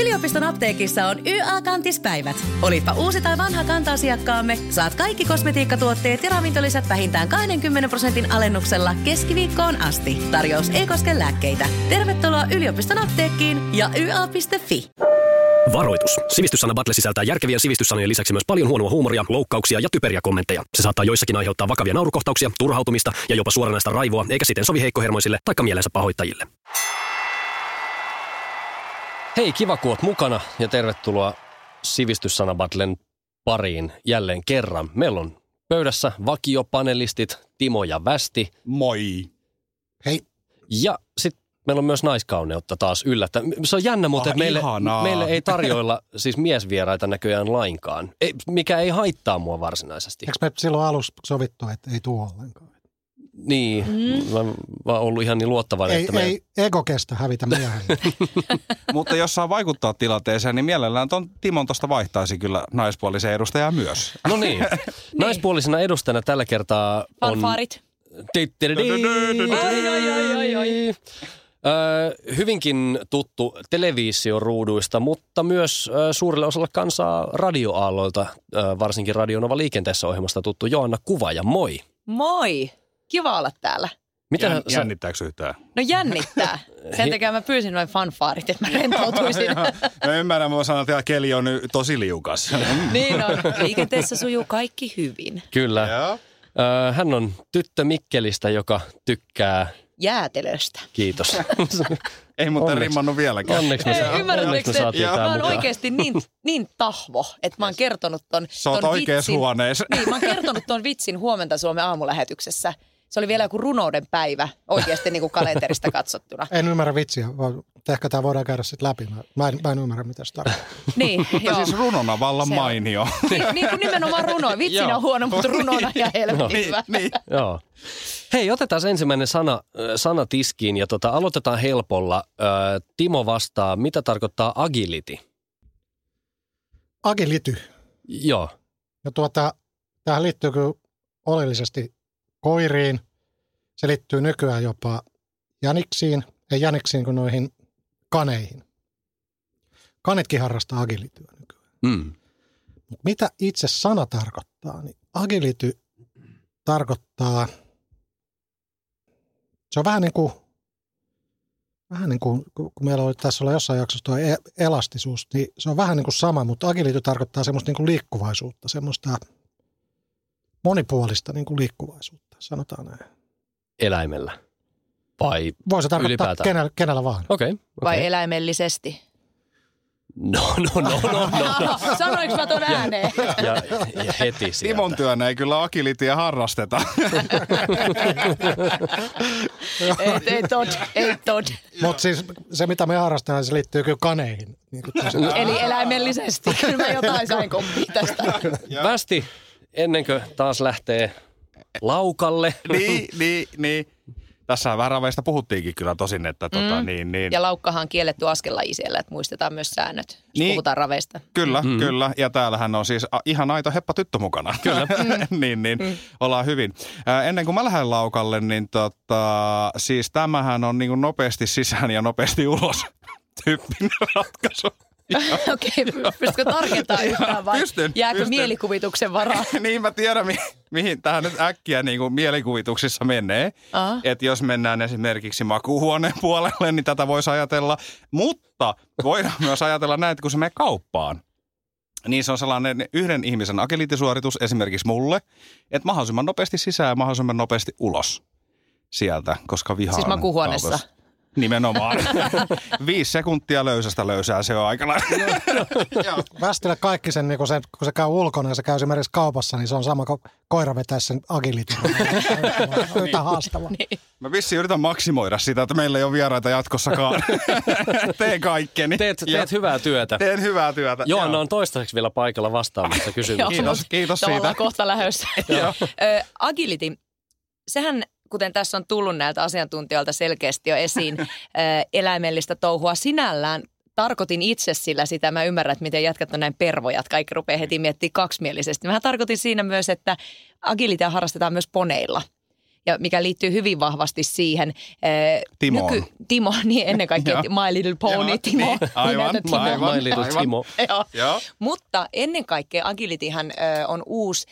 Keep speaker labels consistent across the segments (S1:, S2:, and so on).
S1: Yliopiston apteekissa on YA-kantispäivät. Olipa uusi tai vanha kanta-asiakkaamme, saat kaikki kosmetiikkatuotteet ja ravintolisät vähintään 20 prosentin alennuksella keskiviikkoon asti. Tarjous ei koske lääkkeitä. Tervetuloa yliopiston apteekkiin ja YA.fi.
S2: Varoitus. Sivistyssana Battle sisältää järkevien sivistyssanojen lisäksi myös paljon huonoa huumoria, loukkauksia ja typeriä kommentteja. Se saattaa joissakin aiheuttaa vakavia naurukohtauksia, turhautumista ja jopa suoranaista raivoa, eikä siten sovi heikkohermoisille tai mielensä pahoittajille. Hei, kiva kun oot mukana ja tervetuloa Sivistyssana Battlen pariin jälleen kerran. Meillä on pöydässä vakiopanelistit Timo ja Västi –
S3: Moi. Hei,
S2: Ja sitten meillä on myös naiskauneutta taas yllättäen. Se on jännä muuten,
S3: Ah,
S2: että meille,
S3: ihanaa.
S2: meille ei tarjoilla siis miesvieraita näköjään lainkaan, ei, mikä ei haittaa mua varsinaisesti.
S4: Eikö me silloin alussa sovittu, että ei tuu ollenkaan?
S2: Niin, mm. mä, mä oon ollut ihan niin luottavainen,
S4: Ei,
S2: että me...
S4: ei ego kestä hävitä miehen.
S3: mutta jos saa vaikuttaa tilanteeseen, niin mielellään ton Timon tosta vaihtaisi kyllä naispuoliseen edustajaan myös.
S2: No niin, naispuolisena edustajana tällä kertaa on...
S5: Fanfaarit.
S2: Tittiri-di.
S5: Oi, oi, oi, oi, oi.
S2: Öö, hyvinkin tuttu televisioruuduista, mutta myös ö, suurelle osalle kansaa radioaalloilta, ö, varsinkin Radionova liikenteessä ohjelmasta tuttu Joanna Kuvaja. Moi!
S5: Moi! Kiva olla täällä.
S2: Mitä
S3: Jän,
S2: sä,
S3: Jännittääkö yhtään?
S5: No jännittää. Sen takia mä pyysin noin fanfaarit, että mä rentoutuisin.
S3: Mä ymmärrän, mä sanon, että keli on nyt tosi liukas.
S5: niin on. Liikenteessä sujuu kaikki hyvin.
S2: kyllä. Öö, hän on tyttö Mikkelistä, joka tykkää.
S5: Jäätelöstä.
S2: Kiitos.
S3: Ei muuten
S2: Onneksi.
S3: rimmannu vieläkään.
S2: Onneksi me,
S5: Ei,
S2: sa-
S5: ymmärrättekö
S2: onneksi me
S5: te?
S2: saatiin
S3: Joo.
S2: tämä
S5: Mä oon
S2: mukaan.
S5: oikeasti niin, niin tahvo, että mä oon kertonut ton,
S3: Sä oot
S5: ton
S3: oikees
S5: vitsin.
S3: huoneessa.
S5: Niin, mä oon kertonut ton vitsin huomenta Suomen aamulähetyksessä. Se oli vielä joku runouden päivä oikeasti niin kuin kalenterista katsottuna.
S4: en ymmärrä vitsiä, vaan ehkä tämä voidaan käydä sitten läpi. Mä, mä, en, mä en ymmärrä, mitä se tarkoittaa.
S5: Niin,
S3: Mutta
S5: joo.
S3: siis runona vallan
S5: Se on.
S3: mainio.
S5: Niin, niin kuin nimenomaan runo. Vitsinä
S3: Joo.
S5: on huono, mutta runona ja helvetin hyvä.
S3: niin.
S2: Joo. Hei, otetaan ensimmäinen sana, ö, sana tiskiin ja tota, aloitetaan helpolla. Ö, Timo vastaa, mitä tarkoittaa agility?
S4: Agility.
S2: Joo,
S4: Ja tuota, tähän liittyy kyllä oleellisesti koiriin. Se liittyy nykyään jopa jäniksiin, ei jäniksiin kuin noihin kaneihin. Kanetkin harrastaa agilityä nykyään.
S2: mm.
S4: Mut mitä itse sana tarkoittaa, niin agility tarkoittaa, se on vähän niin kuin, vähän niin kuin, kun kun meillä oli tässä olla jossain jaksossa tuo e- elastisuus, niin se on vähän niin kuin sama, mutta agility tarkoittaa semmoista niin kuin liikkuvaisuutta, semmoista monipuolista niin kuin liikkuvaisuutta, sanotaan näin.
S2: eläimellä. Vai,
S4: Voi se tarkoittaa
S2: Ylipäätään.
S4: kenellä, kenellä vaan.
S2: okei. Okay,
S5: Vai eläimellisesti?
S2: No, no, no, no, no.
S5: Aha, Sanoinko mä ton ääneen?
S2: Ja, ja heti sieltä.
S3: Timon työnä ei kyllä akilitia harrasteta.
S5: ei, ei tod, ei tod.
S4: Mutta siis se, mitä me harrastetaan, se liittyy kyllä kaneihin. Niin kuin tässä.
S5: Eli eläimellisesti. Kyllä mä jotain sain komppia tästä.
S2: Västi, ennen kuin taas lähtee laukalle.
S3: niin, niin, niin. Tässähän vähän raveista puhuttiinkin kyllä tosin, että tota, mm. niin, niin.
S5: Ja laukkahan on kielletty askelaji siellä, että muistetaan myös säännöt, jos
S3: Niin.
S5: puhutaan raveista.
S3: Kyllä, mm. kyllä. Ja täällähän on siis a- ihan aito heppa tyttö mukana. Kyllä. niin, niin. Mm. Ollaan hyvin. Ää, ennen kuin mä lähden laukalle, niin tota, siis tämähän on niin kuin nopeasti sisään ja nopeasti ulos tyyppinen ratkaisu.
S5: Okei, pystytkö tarkentamaan yhtään vai
S3: pystyn,
S5: jääkö
S3: pystyn.
S5: mielikuvituksen varaa?
S3: niin mä tiedän, mi- mihin tähän nyt äkkiä niin kuin mielikuvituksissa menee.
S5: Aha.
S3: Että jos mennään esimerkiksi makuuhuoneen puolelle, niin tätä voisi ajatella. Mutta voidaan myös ajatella näin, että kun se menee kauppaan, niin se on sellainen yhden ihmisen akeliittisuoritus esimerkiksi mulle, että mahdollisimman nopeasti sisään ja mahdollisimman nopeasti ulos sieltä, koska vihaan
S5: Siis makuuhuoneessa?
S3: kaupassa. Nimenomaan. Viisi sekuntia löysästä löysää, se on aika lailla.
S4: Västille kaikki sen, niin kun, se, kun se käy ulkona ja se käy esimerkiksi kaupassa, niin se on sama kuin koira vetäisi sen agilitin. Yhtä haastavaa.
S5: Niin.
S3: Mä vissiin yritän maksimoida sitä, että meillä ei ole vieraita jatkossakaan. Teen kaikkeni.
S2: Teet,
S3: Ja
S2: teet no, hyvää työtä.
S3: Teen hyvää työtä.
S2: Joanna
S3: Joo.
S2: on toistaiseksi vielä paikalla vastaamassa kysymyksiin.
S3: Kiitos, kiitos
S5: Tavallaan
S3: siitä.
S5: kohta lähdössä. Ö, Agility, sehän kuten tässä on tullut näiltä asiantuntijoilta selkeästi jo esiin, ö, eläimellistä touhua sinällään tarkoitin itse sillä sitä, mä ymmärrän, että miten jätkät on näin pervoja, että kaikki rupeaa
S3: Niin.
S5: heti miettimään kaksimielisesti. Mä tarkoitin siinä myös, että agilitea harrastetaan myös poneilla. ja mikä liittyy hyvin vahvasti siihen. eh,
S3: Timoon.
S5: Timo, niin ennen kaikkea
S3: Joo.
S5: My Little Pony
S3: Joo,
S5: Timo.
S3: niin, aivan,
S5: nimeltä Timo.
S3: aivan.
S6: My Little Timo.
S5: Joo.
S3: Joo.
S5: Mutta ennen kaikkea agilityhän ö, on uusi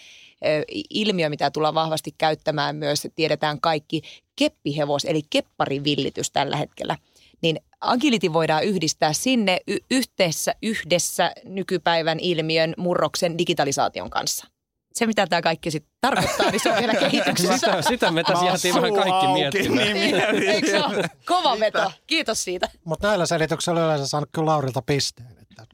S5: ö, ilmiö, mitä tullaan vahvasti käyttämään myös. Tiedetään kaikki keppihevos, eli kepparivillitys tällä hetkellä. Niin agility voidaan yhdistää sinne y- yhteessä, yhdessä nykypäivän ilmiön murroksen digitalisaation kanssa. Se, mitä tämä kaikki sitten tarkoittaa, niin se on vielä kehityksessä.
S2: Sitä, sitä me tässä jäätiin vähän kaikki
S3: Niin,
S2: miettimään.
S5: Eikö se ole? Kova veto. Kiitos siitä.
S4: Mutta näillä selityksillä yleensä saanut kyllä Laurilta pisteen. Että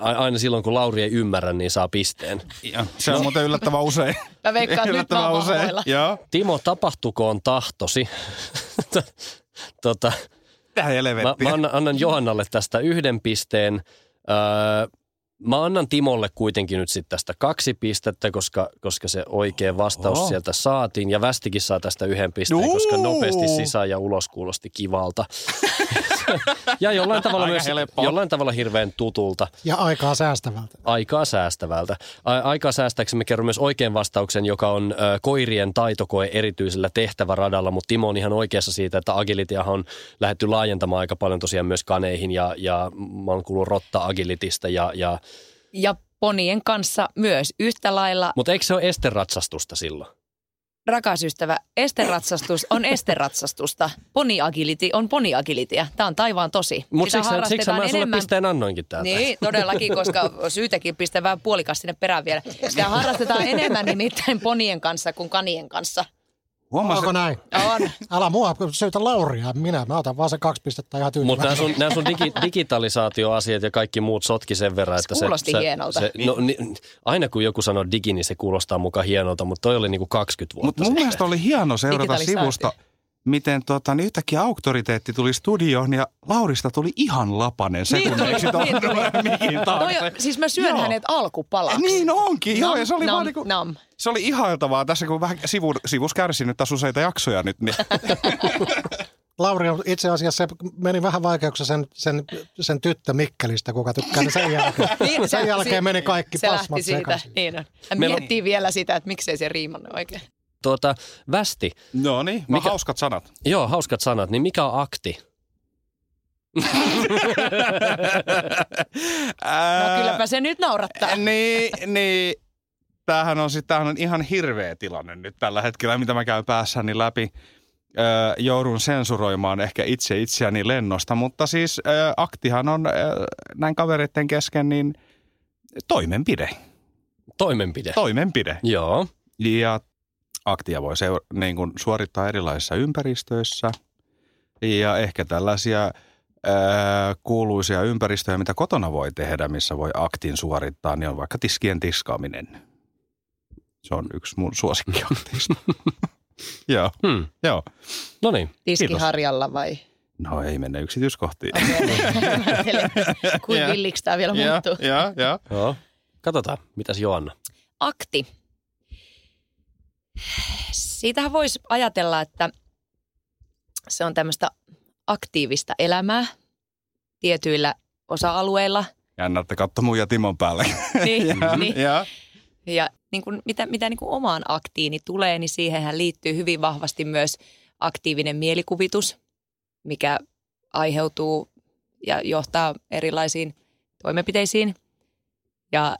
S2: A- Aina silloin, kun Lauri ei ymmärrä, niin saa pisteen.
S3: Joo. Se on muuten yllättävän usein.
S5: Mä veikkaan, että nyt mä oon vahvoilla.
S3: Joo.
S2: Timo, tapahtukoon tahtosi. tota,
S3: Tähän
S2: mä,
S3: helvettiä.
S2: mä annan, annan Johannalle tästä yhden pisteen. Öö, mä annan Timolle kuitenkin nyt sitten tästä kaksi pistettä, koska, koska se oikea vastaus
S3: Oho.
S2: Oho. sieltä saatiin. Ja Västikin saa tästä yhden pisteen,
S3: Juu.
S2: koska nopeasti sisään ja ulos kuulosti kivalta. ja jollain tavalla
S3: Aika
S2: myös
S3: helppoa.
S2: jollain tavalla hirveän tutulta,
S4: ja aikaa säästävältä.
S2: aikaa säästävältä. A- aikaa säästääkseni me kerron myös oikean vastauksen, joka on ö, koirien taitokoe erityisellä tehtäväradalla, mutta Timo on ihan oikeassa siitä, että agilityähän on lähdetty laajentamaan aika paljon tosiaan myös kaneihin ja, ja mä oon kuullut rotta agilitista ja, ja
S5: Ja ponien kanssa myös yhtä lailla
S2: mutta eikö se ole esteratsastusta silloin?
S5: Rakas ystävä, esteratsastus on esteratsastusta. Poniagility on poniagilityä. Tämä on taivaan tosi.
S2: Mutta
S5: Sitä
S2: siksi, sä- siksi mä
S5: harrastetaan
S2: sulle pisteen annoinkin täältä.
S5: Niin, todellakin, koska syytäkin pistää vähän puolikas sinne perään vielä. Sitä harrastetaan enemmän nimittäin ponien kanssa kuin kanien kanssa.
S3: Huomasin,
S4: Onko näin?
S5: On.
S4: Älä mua, syytä Lauria, minä. Mä otan vaan se kaksi pistettä ihan
S2: Mutta nämä
S4: tyytyväisenä.
S2: sun, nää sun digi, digitalisaatioasiat ja kaikki muut sotki sen verran, että
S5: Se kuulosti hienolta.
S2: Se, no, ni, aina kun joku sanoo digi, niin se kuulostaa mukaan hienolta, mutta toi oli niinku 20 vuotta
S3: Mutta mun
S2: sitten.
S3: mielestä oli hieno seurata
S5: Digitalisaatio.
S3: sivusta, miten tota, niin yhtäkkiä auktoriteetti tuli studioon ja Laurista tuli ihan lapanen se,
S5: Niin
S3: kun
S5: tuli,
S3: ei sitä
S5: niin tuli.
S3: ole mikin
S5: Toi,
S3: taakse.
S5: on- siis mä syön
S3: Joo.
S5: hänet alkupalaksi.
S3: Niin onkin, joo, ja se oli
S5: nam,
S3: vaan niinku,
S5: nam.
S3: se oli ihailtavaa tässä, kun vähän sivu, sivus kärsi nyt taas useita jaksoja nyt, niin
S4: Lauri on itse asiassa, se meni vähän vaikeuksessa sen, sen, sen tyttö Mikkelistä, kuka tykkää niin sen jälkeen.
S5: Niin,
S4: Sen
S5: se-
S4: jälkeen
S5: si-
S4: meni kaikki
S5: Se
S4: pasmat
S5: lähti siitä.
S4: sekaisin.
S5: Niin on. Hän
S2: Meillä on-
S5: miettii vielä sitä, että miksei se riimannut oikein.
S2: Tuota, västi,
S3: no niin, vaan
S2: Mikä-
S3: hauskat sanat.
S2: joo, hauskat sanat, niin mikä on akti?
S5: No
S3: Ää,
S5: kylläpä se nyt naurattaa.
S3: Niin, niin. Tämähän on, sit, tämähän on ihan hirveä tilanne nyt tällä hetkellä, mitä mä käyn päässäni läpi. Öö, joudun sensuroimaan ehkä itse itseäni lennosta, mutta siis öö, aktihan on öö, näin kavereiden kesken niin toimenpide.
S2: Toimenpide.
S3: Toimenpide.
S2: joo.
S3: Ja aktia voi seura- niin kuin suorittaa erilaisissa ympäristöissä. Ja ehkä tällaisia öö, kuuluisia ympäristöjä, mitä kotona voi tehdä, missä voi aktin suorittaa, niin on vaikka tiskien tiskaaminen. Se on yksi mun suosikkiaktiista. joo,
S2: Hmm.
S3: joo.
S2: No niin,
S5: Tiskiharjalla vai?
S3: No ei mennä yksityiskohtiin.
S5: Okei. Kuin
S3: Joo.
S5: villiksi tämä vielä
S3: Joo,
S5: muuttuu.
S3: joo, joo.
S2: joo. Katsotaan, mitäs Joanna?
S5: Akti. Siitähän voisi ajatella, että se on tämmöistä aktiivista elämää tietyillä osa-alueilla.
S3: Jännätte katto mun ja Timon päälle.
S5: Niin, niin.
S3: Joo.
S5: Ja niin kuin, mitä, mitä niin kuin omaan aktiini tulee, niin siihenhän liittyy hyvin vahvasti myös aktiivinen mielikuvitus, mikä aiheutuu ja johtaa erilaisiin toimenpiteisiin. Ja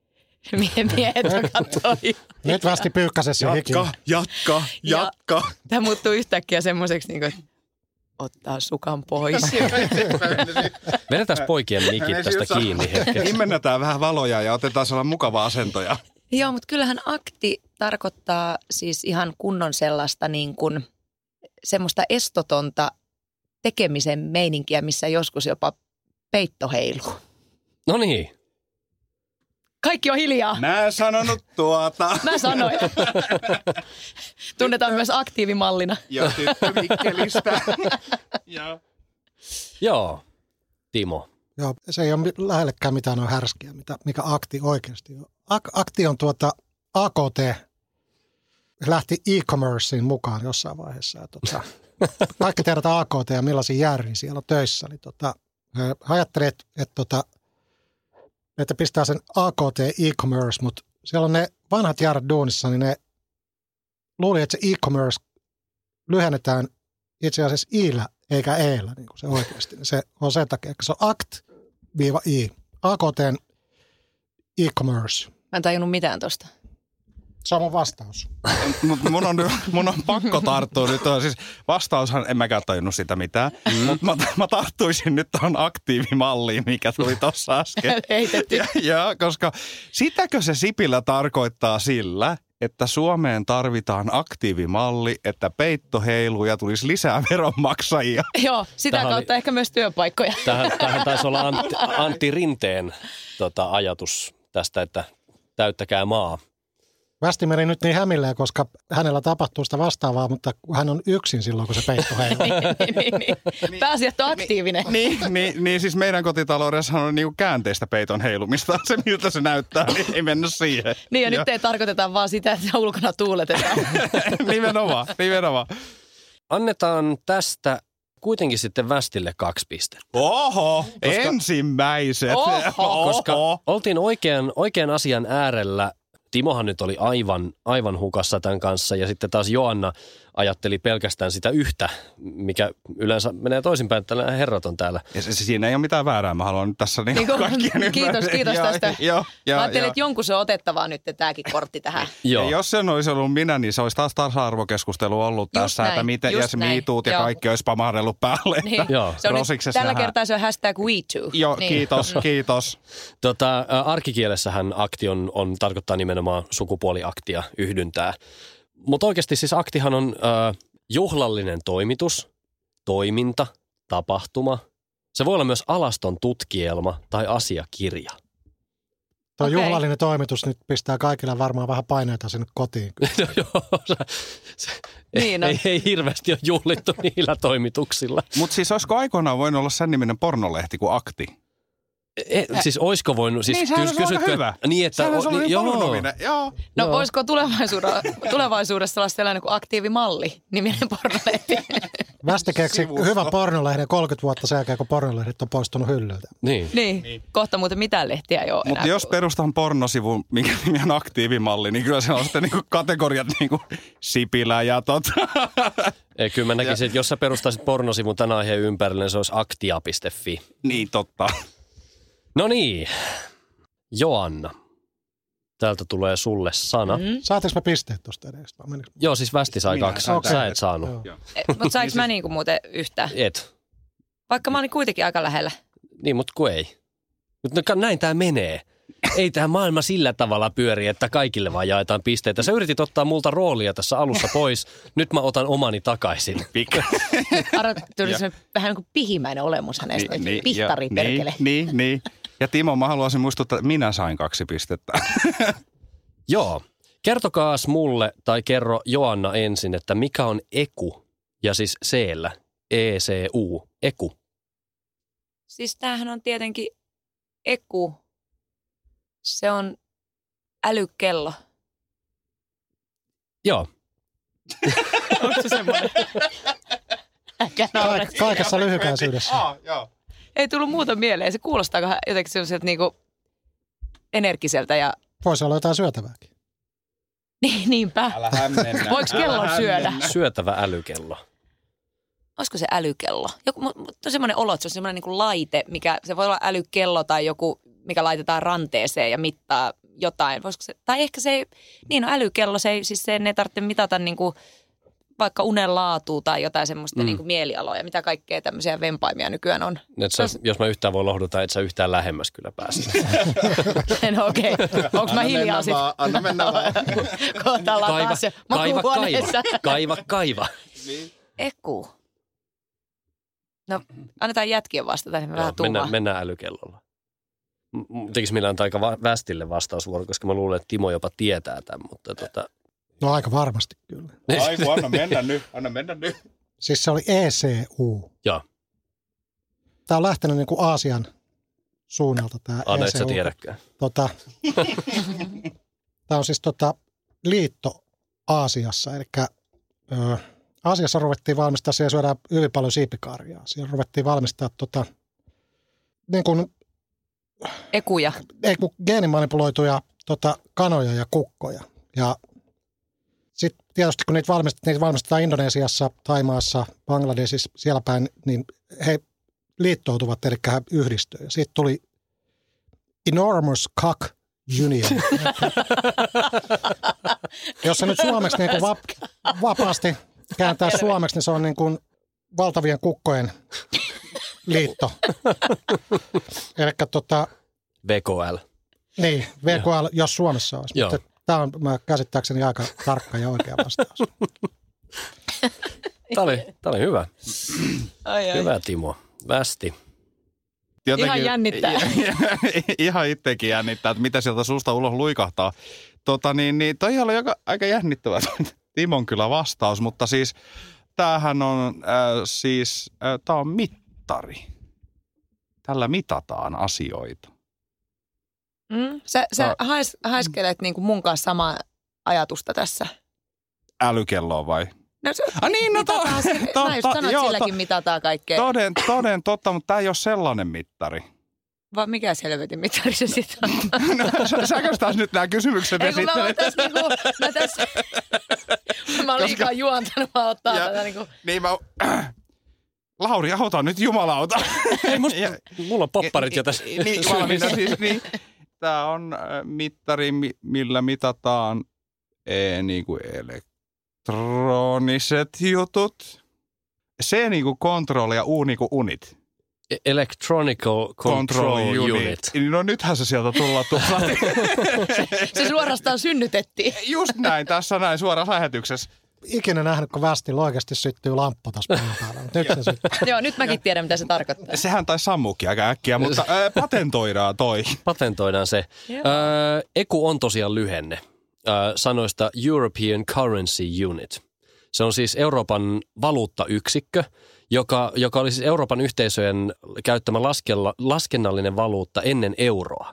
S5: mie- miehet katsoi.
S4: Nyt västi pyykkäsessä jo hiki.
S3: Jatka, jatka,
S5: Ja-
S3: jatka.
S5: Tämä muuttuu yhtäkkiä semmoiseksi, niin kuin, että ottaa sukan pois.
S2: Vedetään poikien mikit tästä kiinni hetkeksi.
S3: Himmennetään Niin vähän valoja ja otetaan sellainen mukava asentoja.
S5: Joo, mutta kyllähän akti tarkoittaa siis ihan kunnon sellaista niin kuin, semmoista estotonta tekemisen meininkiä, missä joskus jopa peitto heiluu.
S2: No niin,
S5: Kaikki on hiljaa.
S3: Mä en sanonut tuota.
S5: Mä sanoin. Tunnetaan myös aktiivimallina.
S3: Ja tyttö Mikkelistä. ja.
S2: joo. Timo.
S4: Joo, se ei ole mi- lähellekään mitään on härskiä, mitä, mikä akti oikeasti on. Ak- akti on tuota AKT, lähti e-commercein mukaan jossain vaiheessa. Ja tota, kaikki tiedetään AKT ja millaisia järviä siellä on töissä. Niin tota, ö, ajattelin, että, että, tota, että pistää sen AKT e-commerce, mutta siellä on ne vanhat järjet duunissa, niin ne luulin, että se e-commerce lyhennetään itse asiassa iillä eikä eillä, niin kuin se oikeasti. Se on sen takia, kun se on act-i, AKTn e-commerce.
S5: Mä en tajunnut mitään tosta.
S4: Se on mun vastaus.
S3: Mutta mun on, mun on pakko tarttua nyt. tuohon. Siis vastaushan, en mäkään tajunnut sitä mitään. Mutta mä, mä tarttuisin nyt tuohon aktiivimalliin, mikä tuli tuossa äsken.
S5: Heitetty.
S3: ja, ja, koska sitäkö se Sipilä tarkoittaa sillä, että Suomeen tarvitaan aktiivimalli, että peitto heiluu ja tulisi lisää veronmaksajia.
S5: Joo, sitä
S2: Tähän oli-
S5: kautta ehkä myös työpaikkoja.
S2: Tähän, tähän taisi olla Antti, Antti Rinteen tota, ajatus tästä, että täyttäkää maa.
S4: Västimeri nyt niin hämillään, koska hänellä tapahtuu sitä vastaavaa, mutta hän on yksin silloin, kun se peitto heiluu.
S5: niin, niin, niin. Pääasiat on aktiivinen.
S3: Niin, niin, niin siis meidän kotitaloudessahan on niinku käänteistä peiton heilumista. Se miltä se näyttää, niin ei mennä siihen.
S5: Niin ja nyt ei tarkoiteta vaan sitä, että ulkona tuuletetaan.
S3: nimenomaan, nimenomaan.
S2: Annetaan tästä kuitenkin sitten Västille kaksi pistettä.
S3: Oho, koska, ensimmäiset.
S5: Oho.
S2: Koska oltiin oikean, oikean asian äärellä. Timohan nyt oli aivan, aivan hukassa tämän kanssa ja sitten taas Joanna ajatteli pelkästään sitä yhtä, mikä yleensä menee toisinpäin, että nämä herrat on täällä.
S3: Ja se, se, siinä ei ole mitään väärää, mä haluan nyt tässä niin
S5: Niin kuin-
S3: kaikkien
S5: kiitos,
S3: ymmärtää.
S5: kiitos
S3: Joo,
S5: tästä.
S3: Joo,
S5: Mä
S3: joo,
S5: ajattelin,
S3: joo.
S5: että jonkun se on otettava nyt tämäkin kortti tähän.
S3: Ja jos sen olisi ollut minä, niin se olisi taas tasa-arvokeskustelu ollut
S5: Just
S3: tässä,
S5: näin,
S3: että miten, ja
S5: just
S3: se
S5: näin,
S3: miituut ja
S5: joo.
S3: kaikki olisi pamahdellut päälle.
S5: Niin.
S2: Joo.
S5: Se on nyt,
S3: Rosikses
S5: tällä
S3: nähdään.
S5: kertaa se on hashtag we too.
S3: Joo,
S5: Niin.
S3: kiitos, kiitos.
S2: Tota, ä, arkikielessähän akti on, on, tarkoittaa nimenomaan sukupuoliaktia, yhdyntää. Mutta oikeasti siis aktihan on ö, juhlallinen toimitus, toiminta, tapahtuma. Se voi olla myös alaston tutkielma tai asiakirja.
S4: Tuo
S5: Okei.
S4: juhlallinen toimitus nyt pistää kaikilla varmaan vähän paineita sinne kotiin.
S2: No joo, se- se,
S5: Niin on.
S2: ei, ei hirveästi ole juhlittu niillä toimituksilla.
S3: Mutta siis olisiko aikoinaan voinut olla sen niminen pornolehti kuin Akti?
S2: E, siis oisko voinut, siis
S3: Eh, niin, sehän
S2: kys-
S3: olisi aika
S2: kysytkö-
S3: hyvä.
S2: Niin, että,
S3: sehän olisi ollut
S2: niin,
S3: niin,
S2: joo,
S3: pornominen, joo.
S5: No
S2: Joo.
S5: voisiko tulevaisuudessa, tulevaisuudessa olla sellainen kuin aktiivimalli, niminen pornolehti?
S4: Västi keksi
S3: Sivusto.
S4: hyvän pornolehden 30 vuotta sen jälkeen, kun pornolehdet on poistunut hyllyltä.
S2: niin.
S5: niin. niin. Kohta muuten mitään lehtiä ei ole
S3: Mutta
S5: enää.
S3: jos perustan pornosivun, minkä nimi on aktiivimalli, niin kyllä se on sitten niinku kategoriat niinku Sipilä ja tota.
S2: Ei, kyllä mä näkisin, että jos sä perustaisit pornosivun tämän aiheen ympärille, niin se olisi aktia.fi.
S3: Niin totta.
S2: No niin, Joanna. Täältä tulee sulle sana.
S3: Mm-hmm.
S2: Mm.
S4: Saatiinko me pisteet tuosta edestä? Vai menikö-
S2: Joo, siis Västi sai
S3: Minä
S2: kaksi.
S3: sain
S2: Sä et
S3: tähdet.
S2: saanut.
S4: Joo.
S5: Mutta saanko mä niinku muuten yhtään?
S2: Et.
S5: Vaikka mä olin kuitenkin aika lähellä.
S2: Niin, mutta kun ei. Mutta no, näin tämä menee. Ei tämä maailma sillä tavalla pyöri, että kaikille vaan jaetaan pisteitä. Sä yritit ottaa multa roolia tässä alussa pois. Nyt mä otan omani takaisin.
S3: Pika.
S5: Ara tuli se vähän niin kuin pihimäinen olemus hänestä. Niin, niin, Pihtari
S3: ja-
S5: perkele.
S3: Niin, niin, niin. Ja Timo, mä haluaisin muistuttaa, että minä sain kaksi pistettä.
S2: Joo. Kertokaas mulle tai kerro Joanna ensin, että mikä on eku ja siis C-llä. E-C-U. Eku.
S5: Siis tämähän on tietenkin eku. Se on älykello.
S2: Joo.
S5: Onko se semmoinen? Äkä naura.
S4: Kaik- Kaikessa lyhykäisyydessä.
S3: Ah, joo.
S5: Ei tullut muuta mieleen. Se kuulostaa vähän jotenkin semmoiselta niinku energiseltä ja
S4: Voisi olla jotain syötävääkin.
S5: niin, niinpä.
S3: Älä hämmennä.
S5: Voiko kellon syödä?
S2: Syötävä älykello.
S5: Olisiko se älykello? Joku, mu- mu- on semmoinen olo, että se on semmoinen niinku laite, mikä, se voi olla älykello tai joku, mikä laitetaan ranteeseen ja mittaa jotain. Voisiko se, tai ehkä se ei, niin on älykello, se ei, siis sen ei tarvitse mitata niinku, vaikka unen laatua tai jotain semmoista mm. niinku mielialoja, mitä kaikkea tämmöisiä vempaimia nykyään on.
S2: Et sä, jos mä yhtään voi lohduttaa, et sä yhtään lähemmäs kyllä päästä.
S5: No okei, okay. onko mä hiljaa sitten?
S3: Anna mennä vaan.
S5: Kohta ollaan taas jo
S2: kaiva,
S5: makuuhuoneessa.
S2: kaiva, kaiva.
S5: Eku. No,
S3: Mm-hmm.
S5: annetaan jätkien vastata, niin me
S2: Joo,
S5: vähän
S2: mennään,
S5: tuumaan.
S2: mennään älykellolla. M- Tekis meillä antaa aika va- västille vastausvuoro, koska mä luulen, että Timo jopa tietää tämän, mutta tota,
S4: No aika varmasti kyllä.
S3: Aiku, anna mennä nyt, anna mennä nyt.
S4: Siis se oli ECU.
S2: joo,
S4: Tämä on lähtenyt niin kuin Aasian suunnalta tämä
S2: Anna, et
S4: ECU.
S2: sä tiedäkään.
S4: Tota, tämä on siis tota, liitto Aasiassa, eli ö, Aasiassa ruvettiin valmistaa, siellä syödään hyvin paljon siipikarjaa. Siellä ruvettiin valmistaa tota, niin kuin,
S5: Ekuja.
S4: ei kun geenimanipuloituja tota, kanoja ja kukkoja. Ja Sitten tietysti kun niitä valmistetaan, niitä valmistetaan Indonesiassa, Taimaassa, Bangladesissa, siellä päin, niin he liittoutuvat, eli he yhdistyvät. Siitä tuli Enormous Cock Union. Jos se nyt suomeksi niin kuin vap- vapaasti kääntää suomeksi, niin se on niin kuin valtavien kukkojen liitto. Eli tota,
S2: VKL.
S4: niin, VKL, jos Suomessa olisi.
S2: Joo.
S4: Mutta tämä on mä käsittääkseni aika tarkka ja oikea vastaus.
S2: Tämä oli, tää oli hyvä.
S5: Ai, ai.
S2: Hyvä Timo. Västi.
S5: Ihan jännittää.
S3: ihan itsekin jännittää, että mitä sieltä suusta ulos luikahtaa. Tota niin, niin toi oli aika, aika jännittävä Timon kyllä vastaus, mutta siis tämähän on äh, siis, äh, tää on mittari. Tällä mitataan asioita.
S5: Mm? Sä, sä hais, haiskelet niin kuin mun kanssa samaa ajatusta tässä.
S3: Älykelloa vai?
S5: No, se,
S3: Ah, niin, no to-
S5: mitataan se-
S3: to-
S5: Mä just
S3: to-
S5: sanoin, että
S3: joo,
S5: silläkin
S3: to-
S5: mitataan kaikkea.
S3: Toden, toden totta, mutta tämä ei ole sellainen mittari.
S5: Vai mikä selvetin mittari se sitten on?
S3: No, sä, säkös taas nyt nämä kysymykset
S5: Ei kun mä oon
S3: esittelet?
S5: tässä niinku, mä tässä, mä oon liikaa juontanut, mä ottaa
S3: Ja-
S5: tätä niinku.
S3: Niin mä... Lauri, auta nyt jumalauta.
S2: Ei, musta, mulla on popparit jo tässä.
S3: niin, valmiina siis, niin. Tämä on äh, mittari, mi- millä mitataan e, niin kuin elektroniset jutut. C niin kuin control ja U niin kuin unit.
S2: E-, Electronical Control, Unit.
S3: No nythän se sieltä tulla tuolla.
S5: Se suorastaan synnytettiin.
S3: Just näin, tässä näin suorassa lähetyksessä.
S4: Ikinä nähnyt, kun västillä oikeasti syttyy lamppu tässä pään päällä. Mutta Nyt se syttyy.
S5: Joo, nyt mäkin tiedän, mitä se tarkoittaa.
S3: Sehän taisi sammuukin aika äkkiä, mutta äh, patentoidaan toi.
S2: Patentoidaan se. Öö,
S5: Joo.
S2: EKU on tosiaan lyhenne öö, sanoista European Currency Unit. Se on siis Euroopan valuuttayksikkö, joka, joka oli siis Euroopan yhteisöjen käyttämä laskella, laskennallinen valuutta ennen euroa.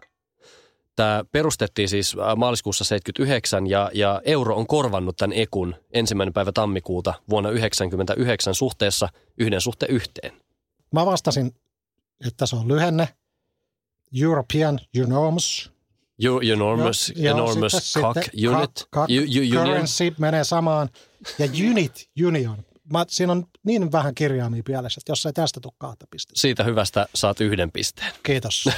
S2: Tämä perustettiin siis äh, maaliskuussa 79 ja, ja euro on korvannut tämän ekun ensimmäinen päivä tammikuuta vuonna 1999 suhteessa yhden suhte yhteen.
S4: Mä vastasin, että se on lyhenne. European Enormous.
S2: You, enormous
S4: No, Joo,
S2: enormous
S4: sitten-
S2: cock
S4: sitten
S2: unit.
S4: Cock, cock,
S2: you, you, union.
S4: currency menee samaan. Ja unit, union. Mä, siinä on niin vähän kirjaimia pielessä, että jos ei tästä tule kahta pistettä.
S2: Siitä hyvästä saat yhden pisteen.
S4: Kiitos.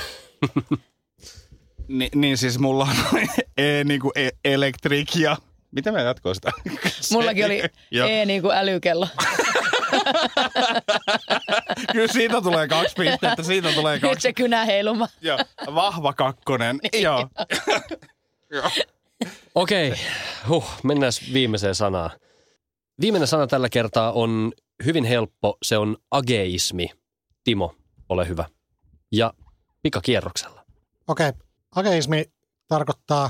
S3: Ni, niin siis mulla on e, niin kuin e, elektrik ja... Miten mä jatkoin sitä?
S5: Mullakin oli
S3: Joo.
S5: E niin kuin älykello.
S3: Kyllä siitä tulee kaksi pistettä, siitä tulee
S5: Nyt
S3: kaksi.
S5: se kynä heiluma.
S3: Joo. Vahva kakkonen.
S5: Niin.
S3: Joo.
S2: Okei, huh, mennään viimeiseen sanaan. Viimeinen sana tällä kertaa on hyvin helppo, se on ageismi. Timo, ole hyvä. Ja pikakierroksella.
S4: Okei, okay. ageismi tarkoittaa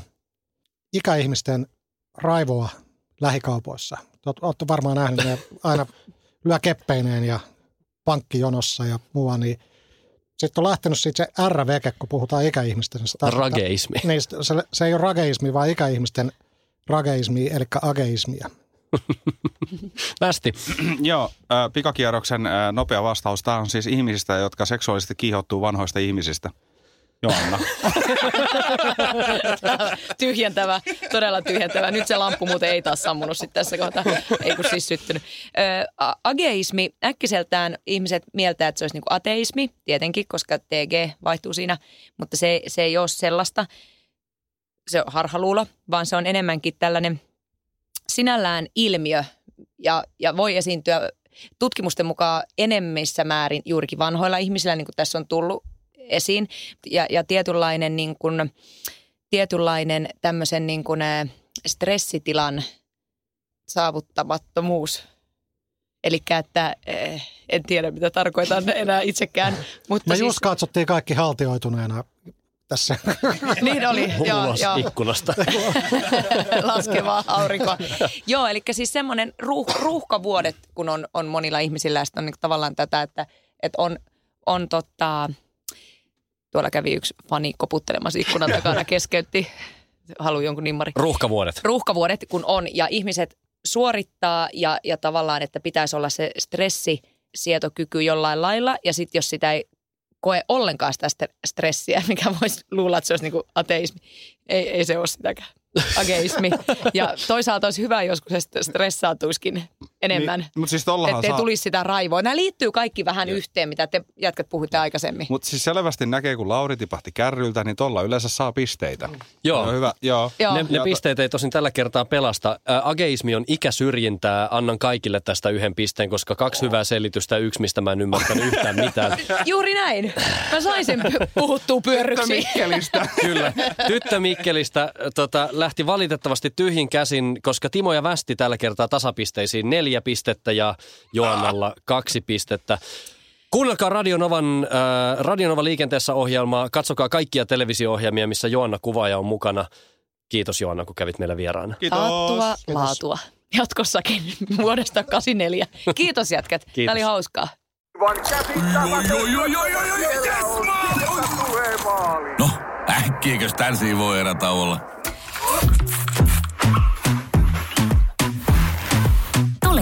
S4: ikäihmisten raivoa lähikaupoissa. Olette varmaan nähneet, ne aina lyö keppeineen ja pankkijonossa ja muuta, niin sitten on lähtenyt siitä se R-veke, kun puhutaan ikäihmisten. Se tarkoittaa-
S2: Rageismi.
S4: Niin, se, se ei ole rageismi, vaan ikäihmisten rageismi, eli ageismia.
S2: Västi.
S3: Joo, äh, pikakierroksen äh, nopea vastaus. Tämä on siis ihmisistä, jotka seksuaalisesti kiihottuu vanhoista ihmisistä. Joanna.
S5: Tyhjentävä, todella tyhjentävä. Nyt se lamppu muuten ei taas sammunut sitten tässä kohtaa, ei kun siis syttynyt. Ö, a- ageismi, äkkiseltään ihmiset mieltää, että se olisi niin kuin ateismi, tietenkin, koska TG vaihtuu siinä, mutta se, se ei ole sellaista. Se on harhaluulo, vaan se on enemmänkin tällainen sinällään ilmiö ja, ja voi esiintyä tutkimusten mukaan enemmissä määrin juurikin vanhoilla ihmisillä, niin kuin tässä on tullut esiin, ja, ja tietynlainen niin kuin – tietynlainen tämmöisen niin kuin, ä, stressitilan saavuttamattomuus. Eli että ä, en tiedä mitä tarkoitan enää itsekään, mutta
S4: Me
S5: siis,
S4: just katsottiin kaikki haltioituneena tässä.
S5: niin oli, joo,
S2: Ulos
S5: joo,
S2: ikkunasta.
S5: laskevaa aurinkoa. joo, eli siis semmoinen ruuh, ruuhkavuodet, kun on, on monilla ihmisillä, ja sitten on niin tavallaan tätä, että, että on, on totta, tuolla kävi yksi fani koputtelemassa ikkunan takana, keskeytti, haluaa jonkun nimmari.
S2: Ruuhkavuodet.
S5: ruuhkavuodet kun on ja ihmiset suorittaa ja, ja tavallaan, että pitäisi olla se stressisietokyky jollain lailla ja sitten jos sitä ei koe ollenkaan sitä st- stressiä, mikä voisi luulla, että se olisi niin kuin ateismi. Ei, ei se ole sitäkään. Ageismi. Ja toisaalta olisi hyvä joskus, että stressaantuisikin enemmän. Niin,
S3: Mutta siis tollahan
S5: ettei
S3: saa...
S5: tulisi sitä raivoa. Nämä liittyy kaikki vähän yhteen, mitä te jätkät puhuitte aikaisemmin.
S3: Mutta siis selvästi näkee, kun Lauri tipahti kärryltä, niin tolla yleensä saa pisteitä.
S2: Joo.
S3: No hyvä, joo.
S5: Joo.
S2: Ne, ne pisteet ei tosin tällä kertaa pelasta. Ä, ageismi on ikäsyrjintää. Annan kaikille tästä yhden pisteen, koska kaksi hyvää selitystä ja yksi, mistä mä en ymmärtänyt yhtään mitään.
S5: Juuri näin. Mä sain sen py- puhuttua pyörryksi.
S3: Mikkelistä.
S2: Kyllä. Tyttö Mikkelistä äh, tota, lähti valitettavasti tyhjin käsin, koska Timo ja Västi tällä kertaa tasapisteisiin neljä pistettä ja Joannalla kaksi pistettä. Kuunnelkaa Radionovan, äh, Radionova liikenteessä ohjelmaa. Katsokaa kaikkia televisio-ohjelmia, missä Joanna kuvaaja on mukana. Kiitos Joanna, kun kävit meillä vieraana.
S3: Kiitos.
S5: Taattua laatua. Jatkossakin vuodesta 84. Kiitos jätkät.
S2: Kiitos.
S5: Tämä oli hauskaa.
S7: No, äkkiäkös tän siinä voi erä olla?
S8: Tule